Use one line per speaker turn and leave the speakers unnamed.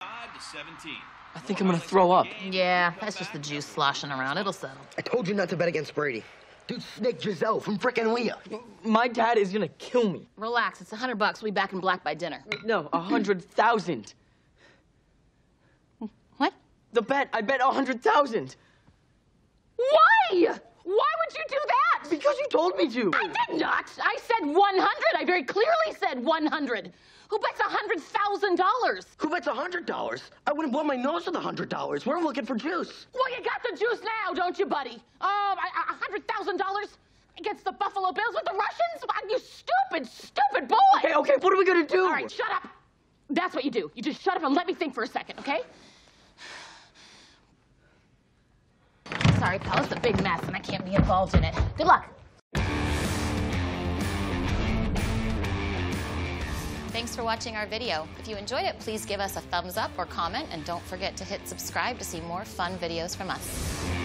to 17.
I think I'm gonna throw up.
Yeah, that's just the juice sloshing around. It'll settle.
I told you not to bet against Brady. Dude snake Giselle from frickin' Leah.
My dad is gonna kill me.
Relax. It's a hundred bucks. We back in black by dinner.
No, a hundred thousand.
What?
The bet, I bet a hundred thousand.
Why? Why would you do that?
Because you told me to.
I did not. I said 100. I very clearly said 100. Who bets $100,000?
Who bets $100? I wouldn't blow my nose with $100. We're looking for juice.
Well, you got the juice now, don't you, buddy? Um, $100,000 against the Buffalo Bills with the Russians? Why, You stupid, stupid boy!
Okay, okay, what are we gonna do?
All right, shut up. That's what you do. You just shut up and let me think for a second, okay? Sorry, pal. It's a big mess, and I can't be involved in it. Good luck.
Thanks for watching our video. If you enjoyed it, please give us a thumbs up or comment, and don't forget to hit subscribe to see more fun videos from us.